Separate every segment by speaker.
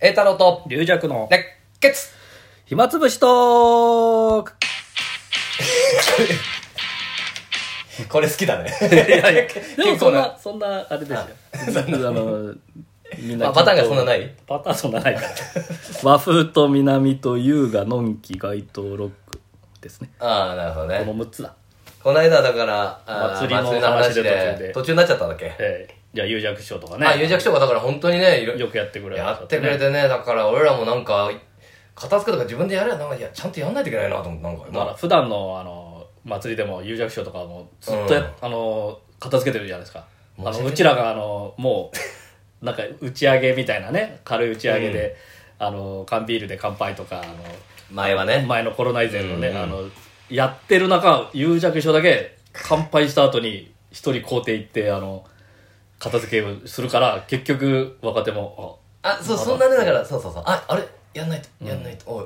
Speaker 1: 栄太郎と
Speaker 2: 龍尺の
Speaker 1: 熱血
Speaker 2: 暇つぶしトーク
Speaker 1: これ好きだね
Speaker 2: でも
Speaker 1: 結
Speaker 2: そ
Speaker 1: 構
Speaker 2: んな
Speaker 1: な
Speaker 2: そんなあれですよあ のみんな
Speaker 1: あパターンがそんなない
Speaker 2: パターンそんなないから 和風と南と優雅のんき街頭ロックですね
Speaker 1: ああなるほど
Speaker 2: こ
Speaker 1: ね
Speaker 2: の6つだ
Speaker 1: この間だからあー
Speaker 2: 祭りの話で途中で
Speaker 1: 途中になっちゃったんだっけ、
Speaker 2: ええじゃあ有弱師匠とかね
Speaker 1: あ有弱小がだから本当にねいろ
Speaker 2: よくやってくれま
Speaker 1: や
Speaker 2: した
Speaker 1: ってくれてねだから俺らもなんか片付けとか自分でやればなんかいやちゃんとやんないといけないなと思ってなんか
Speaker 2: だから普段のあの祭りでも有弱賞とかもずっとや、
Speaker 1: うん
Speaker 2: あの片付けてるじゃないですかあ
Speaker 1: 申し
Speaker 2: の
Speaker 1: 訳ないう
Speaker 2: ちらがあのもう なんか打ち上げみたいなね軽い打ち上げで、あの缶ビールで乾杯とかあの
Speaker 1: 前はね
Speaker 2: 前のコロナ以前のね、
Speaker 1: うんうん
Speaker 2: あのやってる中有弱賞だけ乾杯した後に一人校庭行ってあの片付けをするから結局若手もあ
Speaker 1: あそうそんなねだからそうそうそうああれやんないとやんないと、おい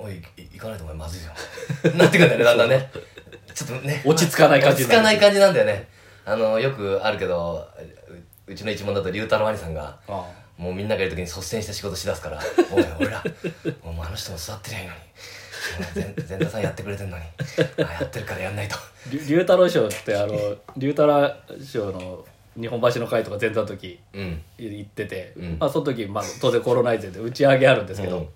Speaker 1: おいい行かないとお前まずいじゃん なってくんだよねだんだんねちょっとね
Speaker 2: 落ち着かない感じ
Speaker 1: 落ち着かない感じなんだよねあのよくあるけどううちの一門だと龍太郎兄さんが
Speaker 2: あ
Speaker 1: もうみんながいる時に率先して仕事しだすから 「おい俺らお前あの人も座ってりゃいいのに前前座さんやってくれてんのにあやってるからやんないと」
Speaker 2: りゅ龍太郎賞ってあの龍太郎賞の日本橋の会とか前座の時
Speaker 1: うん
Speaker 2: 行ってて、
Speaker 1: うん
Speaker 2: まあ、その時、まあ、当然コロナ以前で打ち上げあるんですけど「
Speaker 1: うん
Speaker 2: いいよ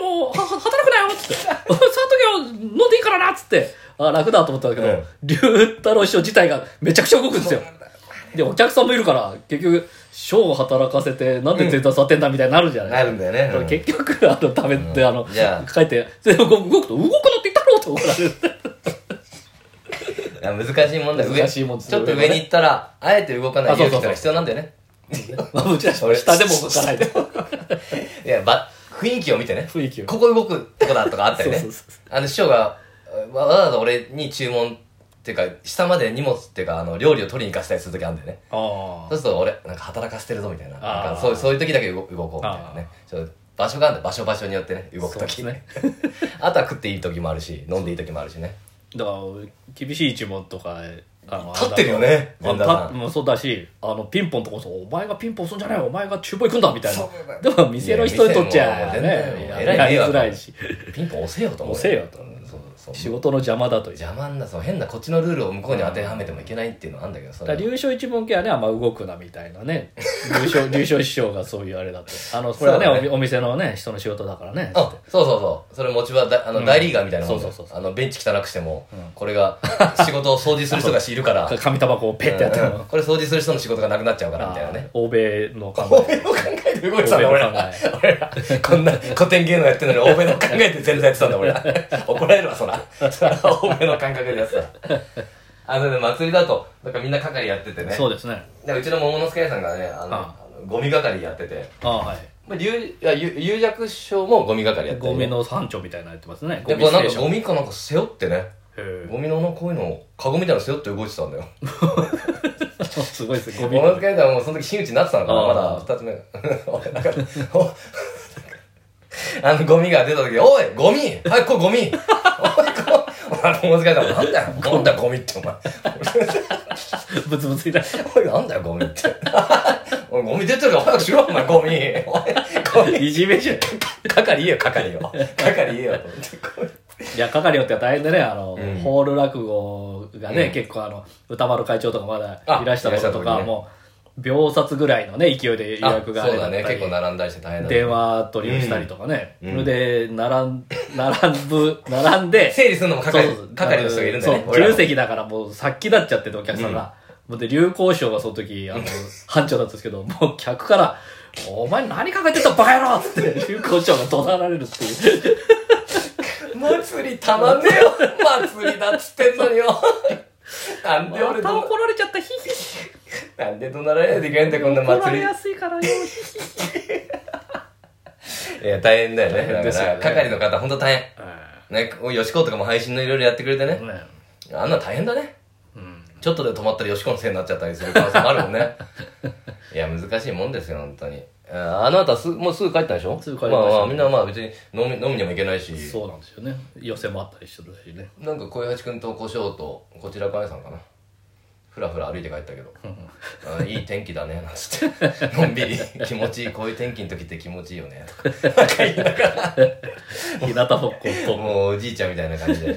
Speaker 2: いいよもうはは働くなよ」っつって 「その時は飲んでいいからな」っつってあ楽だと思ったんだけど、
Speaker 1: うん
Speaker 2: 龍太郎師匠自体がめちゃくちゃ動くんですよでお客さんもいるから結局ショーを働かせてなんで前座座ってんだみたいになるじゃないですか
Speaker 1: なるんだよね、うん
Speaker 2: 結局あの食べて、
Speaker 1: うん
Speaker 2: あの
Speaker 1: じゃあ
Speaker 2: 書いてで動くと動くなっていったろうと怒ら れる
Speaker 1: いや難しいもんだよ上
Speaker 2: 難しいもんです
Speaker 1: ちょっと上に行ったらあえて動かない
Speaker 2: あそう
Speaker 1: 勇気
Speaker 2: そうそう
Speaker 1: ってのは必要なんだよね
Speaker 2: まあうちら
Speaker 1: それ
Speaker 2: 下でも動かないで
Speaker 1: いやば雰囲気を見てね
Speaker 2: 雰囲気を
Speaker 1: ここ動くとこだとかあったりね
Speaker 2: そうそうそ
Speaker 1: あの師匠がわわざわざ俺に注文っていうか下まで荷物っていうかあの料理を取りに行かせたりする時あるんだよね
Speaker 2: あ
Speaker 1: そうすると俺なんか働かせてるぞみたいな
Speaker 2: あー
Speaker 1: なんかそうそういう時だけ動動こうみたいなねちょっと場所があるんだよ場所場所によってね動く時
Speaker 2: そうで
Speaker 1: あとは食っていい時もあるし飲んでいい時もあるしね
Speaker 2: だから厳しい一問とかあの
Speaker 1: 立ってるよね
Speaker 2: あの
Speaker 1: 前田さん
Speaker 2: 立もそうだしあのピンポンとかそうお前がピンポンすんじゃないお前が厨房行くんだみたいな
Speaker 1: そうだよ
Speaker 2: でも店の人にとっちゃ
Speaker 1: いや
Speaker 2: ね
Speaker 1: 店も全然
Speaker 2: やや
Speaker 1: 偉い
Speaker 2: り
Speaker 1: 迷惑
Speaker 2: づらいし
Speaker 1: ピンポン押せよと思う
Speaker 2: 押せよと
Speaker 1: うんそうそう
Speaker 2: 仕事の邪魔だというだ
Speaker 1: 邪魔なその変なこっちのルールを向こうに当てはめてもいけないっていうのはあるんだけどそ
Speaker 2: から
Speaker 1: れ
Speaker 2: 流暢一問系はねあんま動くなみたいな ね流暢流暢師匠がそういうあれだとあのこれはね
Speaker 1: そうだね
Speaker 2: おお店のね人の仕事だからね
Speaker 1: あそうそうそうそれ持ち場だあの、大リーガーみたいなもんだよ
Speaker 2: そうそうそう
Speaker 1: あのベンチ汚くしても、これ が仕事を掃除する人がいるから
Speaker 2: 紙タバコをペッてやって
Speaker 1: う
Speaker 2: も
Speaker 1: んこれ掃除する人の仕事がなくなっちゃうからみたいなね
Speaker 2: 欧米の考
Speaker 1: 欧
Speaker 2: え
Speaker 1: 米の考えで動いてたんだ俺
Speaker 2: 欧米の
Speaker 1: ら
Speaker 2: 考
Speaker 1: 俺ら こんな古典芸能やってるのに欧米の考えで全然やってたんだ俺 ら怒られるわそらそら欧米の感覚でやってたあのね祭りだとなんかみんな係やっててね
Speaker 2: そうですね
Speaker 1: でうちの桃之助さんがねあの
Speaker 2: あ
Speaker 1: あのゴミ係やってて
Speaker 2: あはい
Speaker 1: まあ、流いやゆ有弱症もゴミ係やってる
Speaker 2: ゴミの山頂みたいなのやってますね
Speaker 1: で
Speaker 2: ゴ
Speaker 1: こ
Speaker 2: ミ
Speaker 1: れ
Speaker 2: ス
Speaker 1: なん
Speaker 2: テー
Speaker 1: か
Speaker 2: シ
Speaker 1: ゴ
Speaker 2: ョン
Speaker 1: ミかなんか背負ってね
Speaker 2: へ
Speaker 1: ゴミのこういうのをカゴみたいなの背負って動いてたんだよ
Speaker 2: えすごいですねゴ ミ
Speaker 1: 物の使いだもうその時真打ちになってたのかな
Speaker 2: あ
Speaker 1: ま
Speaker 2: あ
Speaker 1: だ二つ目 が俺なんかおあのゴミが出た時おいゴミはいこれゴミおいこれあの物使いだもんなんだよなんだよゴミってお前
Speaker 2: ブツブツいた
Speaker 1: おいなんだよゴミっておいゴミ出てるから早くしろお前ゴミおいゴミ
Speaker 2: いじめじゃんい
Speaker 1: 係言えよ係よ係言え よ
Speaker 2: や係よっては大変でねあの、
Speaker 1: うん
Speaker 2: ホール落語がね、
Speaker 1: うん
Speaker 2: 結構あの歌丸会長とかまだ
Speaker 1: あ
Speaker 2: いらした頃
Speaker 1: いら
Speaker 2: と
Speaker 1: した
Speaker 2: か、
Speaker 1: 時ね
Speaker 2: もう秒殺ぐらいのね勢いで予
Speaker 1: あ
Speaker 2: 約があ
Speaker 1: そう
Speaker 2: れだ
Speaker 1: だ
Speaker 2: った
Speaker 1: ね
Speaker 2: り
Speaker 1: 結構並んだりして大変だね
Speaker 2: 電話取りをしたりとかね、
Speaker 1: うん
Speaker 2: それで並ん 並ぶ並んで
Speaker 1: 整理するのも
Speaker 2: そう
Speaker 1: 係
Speaker 2: そうそう
Speaker 1: 係の人がいるんだよね
Speaker 2: そう
Speaker 1: 俺ら
Speaker 2: 重
Speaker 1: も
Speaker 2: 席だからもう殺気立っちゃっててお客さんが、もうで流行賞がその時あの 班長だったんですけどもう客から「お前何考えてんだバカ野郎!」っつって流行賞が怒鳴られるっていう
Speaker 1: 祭りたまんねえよ祭りだっつってんのによ なんで
Speaker 2: ま
Speaker 1: 俺
Speaker 2: た
Speaker 1: ど
Speaker 2: 怒られちゃったヒヒ
Speaker 1: なんで怒鳴られないといけないんだよこんな
Speaker 2: 怒ら
Speaker 1: 祭
Speaker 2: れ
Speaker 1: り
Speaker 2: やすいからよヒヒ
Speaker 1: いや大変だよ
Speaker 2: 大変
Speaker 1: ねだ
Speaker 2: です
Speaker 1: か
Speaker 2: よ
Speaker 1: ら
Speaker 2: ね
Speaker 1: 係の方本当大変ねよしことかも配信のいろいろやってくれてね
Speaker 2: ね
Speaker 1: あんなの大変だね
Speaker 2: うん
Speaker 1: ちょっとで止まったらよしこのせいになっちゃったりする可能性もあるもん ねいや難しいもんですよ本当にああなたすもうすぐ帰ったでしょ
Speaker 2: すぐ帰りましたね
Speaker 1: ああみんなまあ別に飲み飲みにも行けないし
Speaker 2: そうなんですよね寄せもあったりしてるしね
Speaker 1: なんか小八君と小翔とこちらかねさんかなふらふら歩いて帰ったけど「あいい天気だね」なんつってのんびり「気持ちいいこういう天気の時って気持ちいいよね」とかなんか言いながら
Speaker 2: 日向ぼっこっぽ
Speaker 1: もうおじいちゃんみたいな感じで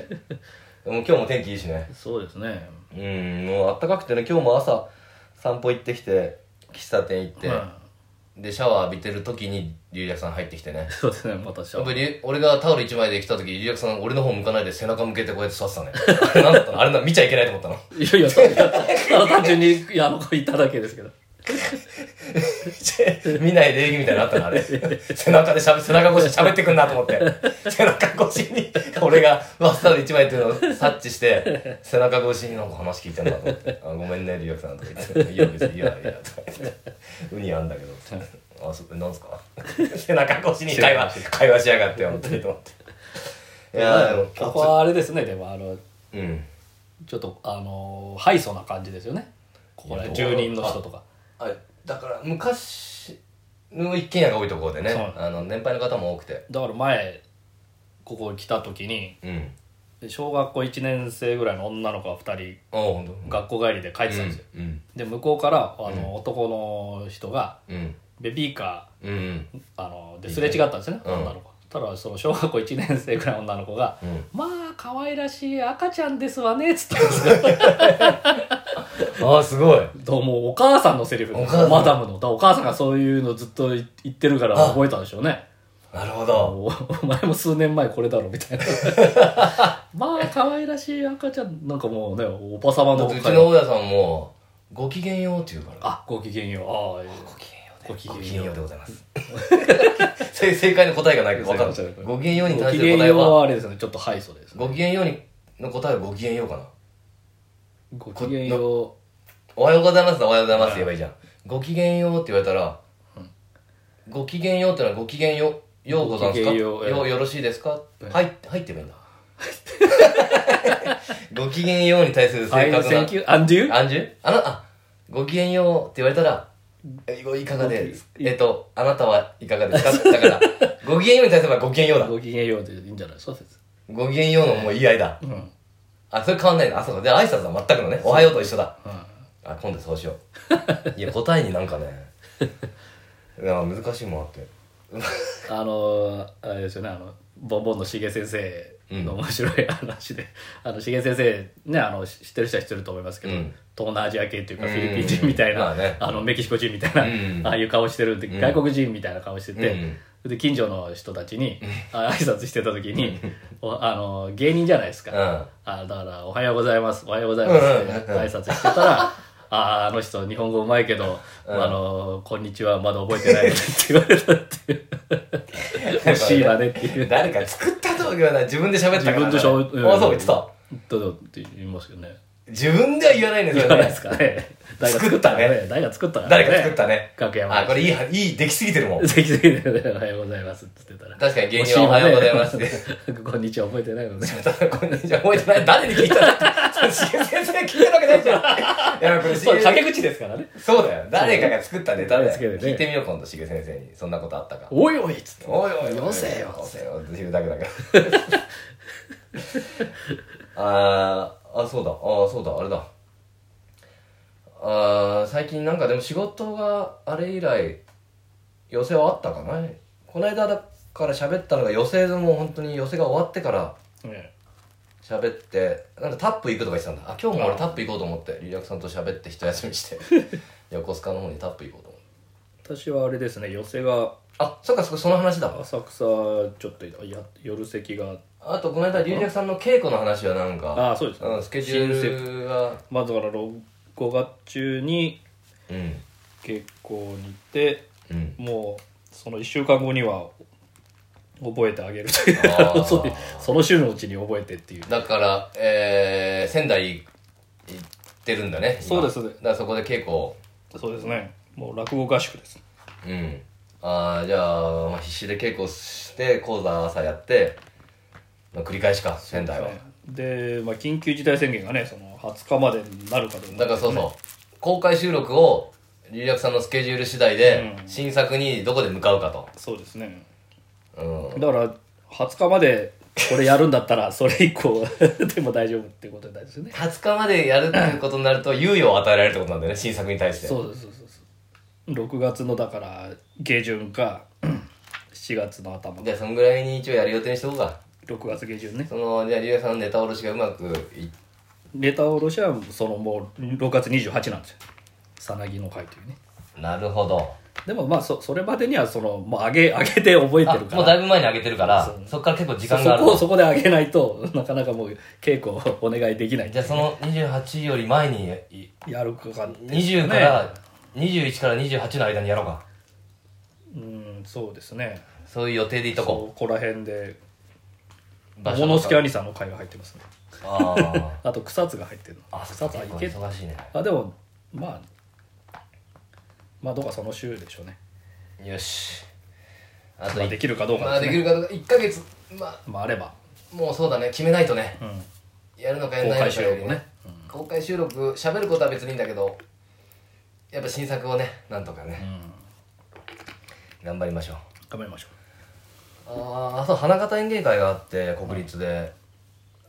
Speaker 1: もう今日も天気いいしね
Speaker 2: そうですね
Speaker 1: うんもう暖かくてね今日も朝散歩行ってきて喫茶店行って、
Speaker 2: は
Speaker 1: でシャワー浴びてる時に龍薬さん入ってきてね
Speaker 2: いそうですねまたしゃ
Speaker 1: やっぱりり俺がタオル一枚で来た時龍薬さん俺の方向かないで背中向けてこうやって座ってたね あれなんだったのあれな見ちゃいけないと思ったの
Speaker 2: いやいやそういやただ単純にいやあの子いただけですけど
Speaker 1: 見ないで礼儀みたいなのあったのあ れ背中でしゃべ背中越しに喋ってくんなと思 って背中越しに俺がバスタオル一枚っていうのを察知して背中越しになんか話聞いてんだと思って「あごめんね龍薬さん」とか言って「いいよ別にいいよいいよ」とか言って「ウニあんだけど」あそなんす か背中越しに会話会話しやがって本当にと 思っていやーでも
Speaker 2: ここはあれですねでもあの
Speaker 1: うん
Speaker 2: ちょっとあのハイソな感じですよねここら辺住人の人とか
Speaker 1: あだから昔の一軒家が多いところでね
Speaker 2: そう
Speaker 1: あの年配の方も多くて
Speaker 2: だから前ここに来た時に
Speaker 1: うん
Speaker 2: 小学校1年生ぐらいの女の子が2人
Speaker 1: ああほんと
Speaker 2: 学校帰りで帰ってたんですよ、
Speaker 1: うん
Speaker 2: で向こうからあの、男の人が
Speaker 1: うん
Speaker 2: ベビーカ
Speaker 1: うんうん
Speaker 2: ーあのですれ違ったんですよね、
Speaker 1: うん
Speaker 2: 女の子ただその小学校1年生ぐらいの女の子が「
Speaker 1: うん
Speaker 2: まあ可愛らしい赤ちゃんですわね」っつったんです よ
Speaker 1: ああすごい
Speaker 2: どうもお母さんのセリフで
Speaker 1: お母さん
Speaker 2: マダムのだからお母さんがそういうのずっと言ってるから覚えたんでしょうね
Speaker 1: なるほど
Speaker 2: おお前も数年前これだろ みたいなまあ可愛らしい赤ちゃんなんかもうねおばさま
Speaker 1: だ
Speaker 2: の
Speaker 1: ってうちの大家さんも「ごきげんよう」って言うから
Speaker 2: あごきげんようああいい
Speaker 1: ごきげんよ
Speaker 2: ごき
Speaker 1: ごき
Speaker 2: げ
Speaker 1: げん
Speaker 2: ん
Speaker 1: よ
Speaker 2: よ
Speaker 1: うでご
Speaker 2: う
Speaker 1: ざいます 正正解の答えがないけど分か
Speaker 2: 正解
Speaker 1: る
Speaker 2: の答え
Speaker 1: ごきげんように
Speaker 2: ご
Speaker 1: 対
Speaker 2: き
Speaker 1: する
Speaker 2: げん
Speaker 1: 答え
Speaker 2: ようは
Speaker 1: は
Speaker 2: あれですねちょっと敗訴です
Speaker 1: ご
Speaker 2: ね
Speaker 1: きげんようにの答えはごきげんようかな
Speaker 2: ごきげんよ
Speaker 1: おはようございますおはようございますって言えばいいじゃん。ごきげんようって言われたら、ごきげんようってのはごきげんよう、ようございます
Speaker 2: ご
Speaker 1: か
Speaker 2: きげんようええ
Speaker 1: ようよろしいですか
Speaker 2: ええ
Speaker 1: はい、入ってばいいんだ。 ごきげんように対する
Speaker 2: うあい
Speaker 1: 正
Speaker 2: の
Speaker 1: 確
Speaker 2: セ
Speaker 1: な
Speaker 2: ン。キューアンデュー
Speaker 1: アンジュあの、あ、ごきげんようって言われたら、えごいかがです
Speaker 2: ごき
Speaker 1: えっと、あなたはいかがですかだから、ごきげんように対すればごきげんようだ。
Speaker 2: ごきげんようでいいんじゃないそうです
Speaker 1: ごきげんようのもう言い合いだ。
Speaker 2: うんうん
Speaker 1: あ、それ変わんないな。あ、そうか。じゃあ挨拶は全くのね。おはようと一緒だ。あ今度そうしよ ういや答えになんかねいや難しいもんあって
Speaker 2: あのあれですよねあのボンボンのしげ先生の面白い話で、あのしげ先生ねあのし知ってる人は知ってると思いますけど、
Speaker 1: うん
Speaker 2: 東南アジア系というか
Speaker 1: うん
Speaker 2: フィリピン人みたいな、
Speaker 1: まあね
Speaker 2: あのメキシコ人みたいな、
Speaker 1: うん
Speaker 2: ああいう顔してるんで、
Speaker 1: うん
Speaker 2: 外国人みたいな顔してて、で近所の人たちに、あ挨拶してた 時に、おあの芸人じゃないですか、
Speaker 1: うん
Speaker 2: あだから「おはようございますおはようございます」って
Speaker 1: うんうん
Speaker 2: 挨拶してたら「あーあの人日本語うまいけど、
Speaker 1: うん
Speaker 2: あのこんにちはまだ覚えてない」って言われたっていう惜しいわねっていう
Speaker 1: 誰か作ったとは言わない自分で喋ったから、ね、
Speaker 2: 自分で喋っ
Speaker 1: あそう言ってた
Speaker 2: どうぞって言いますけどね
Speaker 1: 自分では言わないんです
Speaker 2: 言
Speaker 1: よ
Speaker 2: わないで
Speaker 1: ね
Speaker 2: すかね
Speaker 1: 作ったね
Speaker 2: 誰が作ったかね
Speaker 1: 誰か作ったね
Speaker 2: 楽屋まで
Speaker 1: あこれいいはいいできすぎてる もん
Speaker 2: ぜひぜひねおはようございます」って言ってたら
Speaker 1: 確かに芸 人はおはようございますっ
Speaker 2: 惜
Speaker 1: て
Speaker 2: しいわね こんにちは覚えてない のね
Speaker 1: ただこんにちは覚えてない誰に聞いたのってしげ先生聞いてるわけないじゃんいやこれし
Speaker 2: そう掛け口ですからね
Speaker 1: そうだよ誰かが作ったネタだ
Speaker 2: そう
Speaker 1: よ、
Speaker 2: ね
Speaker 1: 聞いてみよう今度しげ先生にそんなことあったか
Speaker 2: 「おいおい」っつって
Speaker 1: おいおいおい
Speaker 2: よせよ
Speaker 1: よせよっていうだけだから あーあそうだあーそうだあれだあー最近なんかでも仕事があれ以来寄せはあったかなこの間だから喋ったのが寄せもう本当に寄せが終わってから
Speaker 2: ね
Speaker 1: 喋ってなんかタップ行くとか言ってたんだあ今日も俺タップ行こうと思ってリラクさんと喋って一休みして 横須賀の方にタップ行こうと思って
Speaker 2: 私はあれですね寄せが
Speaker 1: あそっかそっかその話だわ
Speaker 2: 浅草ちょっとや夜席が
Speaker 1: あとこの間龍尺さんの稽古の話はなんか
Speaker 2: ああそうです、
Speaker 1: うん、スケジュールが
Speaker 2: まあだからろ5月中に
Speaker 1: うん
Speaker 2: 結構に行って
Speaker 1: うん
Speaker 2: もうその1週間後には覚えてあげるという
Speaker 1: あー
Speaker 2: そうその週のうちに覚えてっていう
Speaker 1: だから、えー、仙台行ってるんだね今
Speaker 2: そうです
Speaker 1: だ
Speaker 2: ね
Speaker 1: からそこで稽古を
Speaker 2: そうですねもう落語合宿です
Speaker 1: うんああじゃあ、まあ、必死で稽古して講座朝やって、まあ、繰り返しか仙台は、
Speaker 2: で、まあ、緊急事態宣言がねその20日までになるかどうか、
Speaker 1: だからそうそう、公開収録を龍尺さんのスケジュール次第で、
Speaker 2: うん
Speaker 1: 新作にどこで向かうか
Speaker 2: そうですね
Speaker 1: と、うん、
Speaker 2: だから20日までこれやるんだったら、それ以降 でも大丈夫ってことになるんですよね。
Speaker 1: 20日までやるっていうことになる と猶予を与えられるってことなんだよね新作に対して
Speaker 2: そうそうそうそう。6月の、だから、下旬か、7月の頭
Speaker 1: じゃあそのぐらいに一応やる予定にしとこうか
Speaker 2: 6月下旬ね。
Speaker 1: そのじゃあ竜也さんのネタ卸しがうまくいっ
Speaker 2: ネタ下ろしは、そのもう、6月28なんですよ。さなぎの会というね。
Speaker 1: なるほど
Speaker 2: でもまあ、そ、それまでには、その、もう上げ、上げて覚えて
Speaker 1: あ
Speaker 2: るから。
Speaker 1: もうだいぶ前に上げてるから
Speaker 2: そう
Speaker 1: そこから結構時
Speaker 2: そ
Speaker 1: 間がある
Speaker 2: こをそこで上げないとなかなかもう稽古をお願いできない
Speaker 1: じゃあその28より前にい
Speaker 2: やるかかって
Speaker 1: 20から21から28の間にやろうか
Speaker 2: うんそうですね
Speaker 1: そういう予定でいっとこ
Speaker 2: ここら辺で
Speaker 1: う
Speaker 2: モ
Speaker 1: 場
Speaker 2: ノスケ
Speaker 1: あ
Speaker 2: 兄さんの会が入ってますね
Speaker 1: ー
Speaker 2: あと草津が入ってるの
Speaker 1: あそ
Speaker 2: 草
Speaker 1: っ
Speaker 2: 津
Speaker 1: か
Speaker 2: は
Speaker 1: 結
Speaker 2: 行
Speaker 1: 構
Speaker 2: け
Speaker 1: 忙しいね
Speaker 2: あでもまあまあどうかその週でしょうね
Speaker 1: よしあと
Speaker 2: まあ
Speaker 1: い
Speaker 2: できるかどう
Speaker 1: ま
Speaker 2: か
Speaker 1: あ
Speaker 2: で
Speaker 1: ですきる
Speaker 2: ね
Speaker 1: かどうか1ヶ月まあ
Speaker 2: まああれば
Speaker 1: もうそうだね決めないとね
Speaker 2: うん
Speaker 1: やるのかや
Speaker 2: 公
Speaker 1: らない
Speaker 2: 開
Speaker 1: の
Speaker 2: し
Speaker 1: か
Speaker 2: よ
Speaker 1: よ
Speaker 2: う
Speaker 1: り
Speaker 2: もね
Speaker 1: 公開収録喋ることは別にいいんだけどやっぱ新作をねなんとかね、頑張りましょう
Speaker 2: 頑張りましょ
Speaker 1: ああそう花形演芸会があって国立で、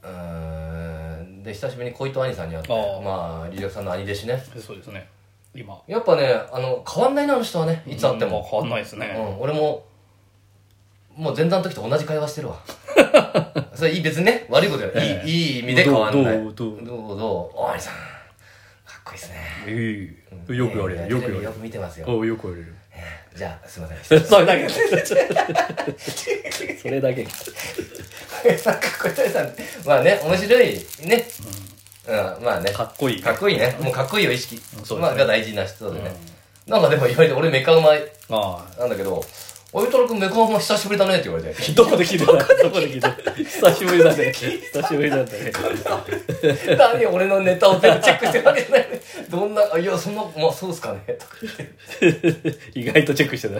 Speaker 1: うーんで久しぶりに小糸兄さんに会って
Speaker 2: あー
Speaker 1: まあリリアさんの兄弟子ね
Speaker 2: うそうですね今
Speaker 1: やっぱねあの変わんないなあの人はねいつ会っても、
Speaker 2: 変わんないですね、
Speaker 1: うん、俺ももう前座の時と同じ会話 してるわそれいい別にね悪いことじゃない、
Speaker 2: ええ
Speaker 1: いいいい意味で変わんない
Speaker 2: どうどうど
Speaker 1: ど
Speaker 2: う
Speaker 1: うどうお兄さんかっこいいですね
Speaker 2: ええ
Speaker 1: うん
Speaker 2: よく言われる
Speaker 1: ね
Speaker 2: よ
Speaker 1: テ
Speaker 2: く言
Speaker 1: レビ
Speaker 2: わ
Speaker 1: よく見てます
Speaker 2: れ
Speaker 1: よ
Speaker 2: るおうよく言われる
Speaker 1: じゃあすいません
Speaker 2: それだけ それだけ
Speaker 1: なんか小鳥さん まあね面白いねうんまあね
Speaker 2: かっこいい
Speaker 1: かっこいいねもうかっこいいを意識
Speaker 2: うんそうで
Speaker 1: ま
Speaker 2: すね
Speaker 1: あが大事な人でねなんかでも言われて俺メカうまい
Speaker 2: あ
Speaker 1: なんだけど「おゆとろくんメカうま久しぶりだね」って言われて
Speaker 2: あどこで聞いたどこで聞いた久しぶりだね久しぶりだったね
Speaker 1: 何俺のネタを全部チェックしてるわけじゃないねどんな「あいやそんなまあそうっすかね」とか言って
Speaker 2: 意外とチェックしてた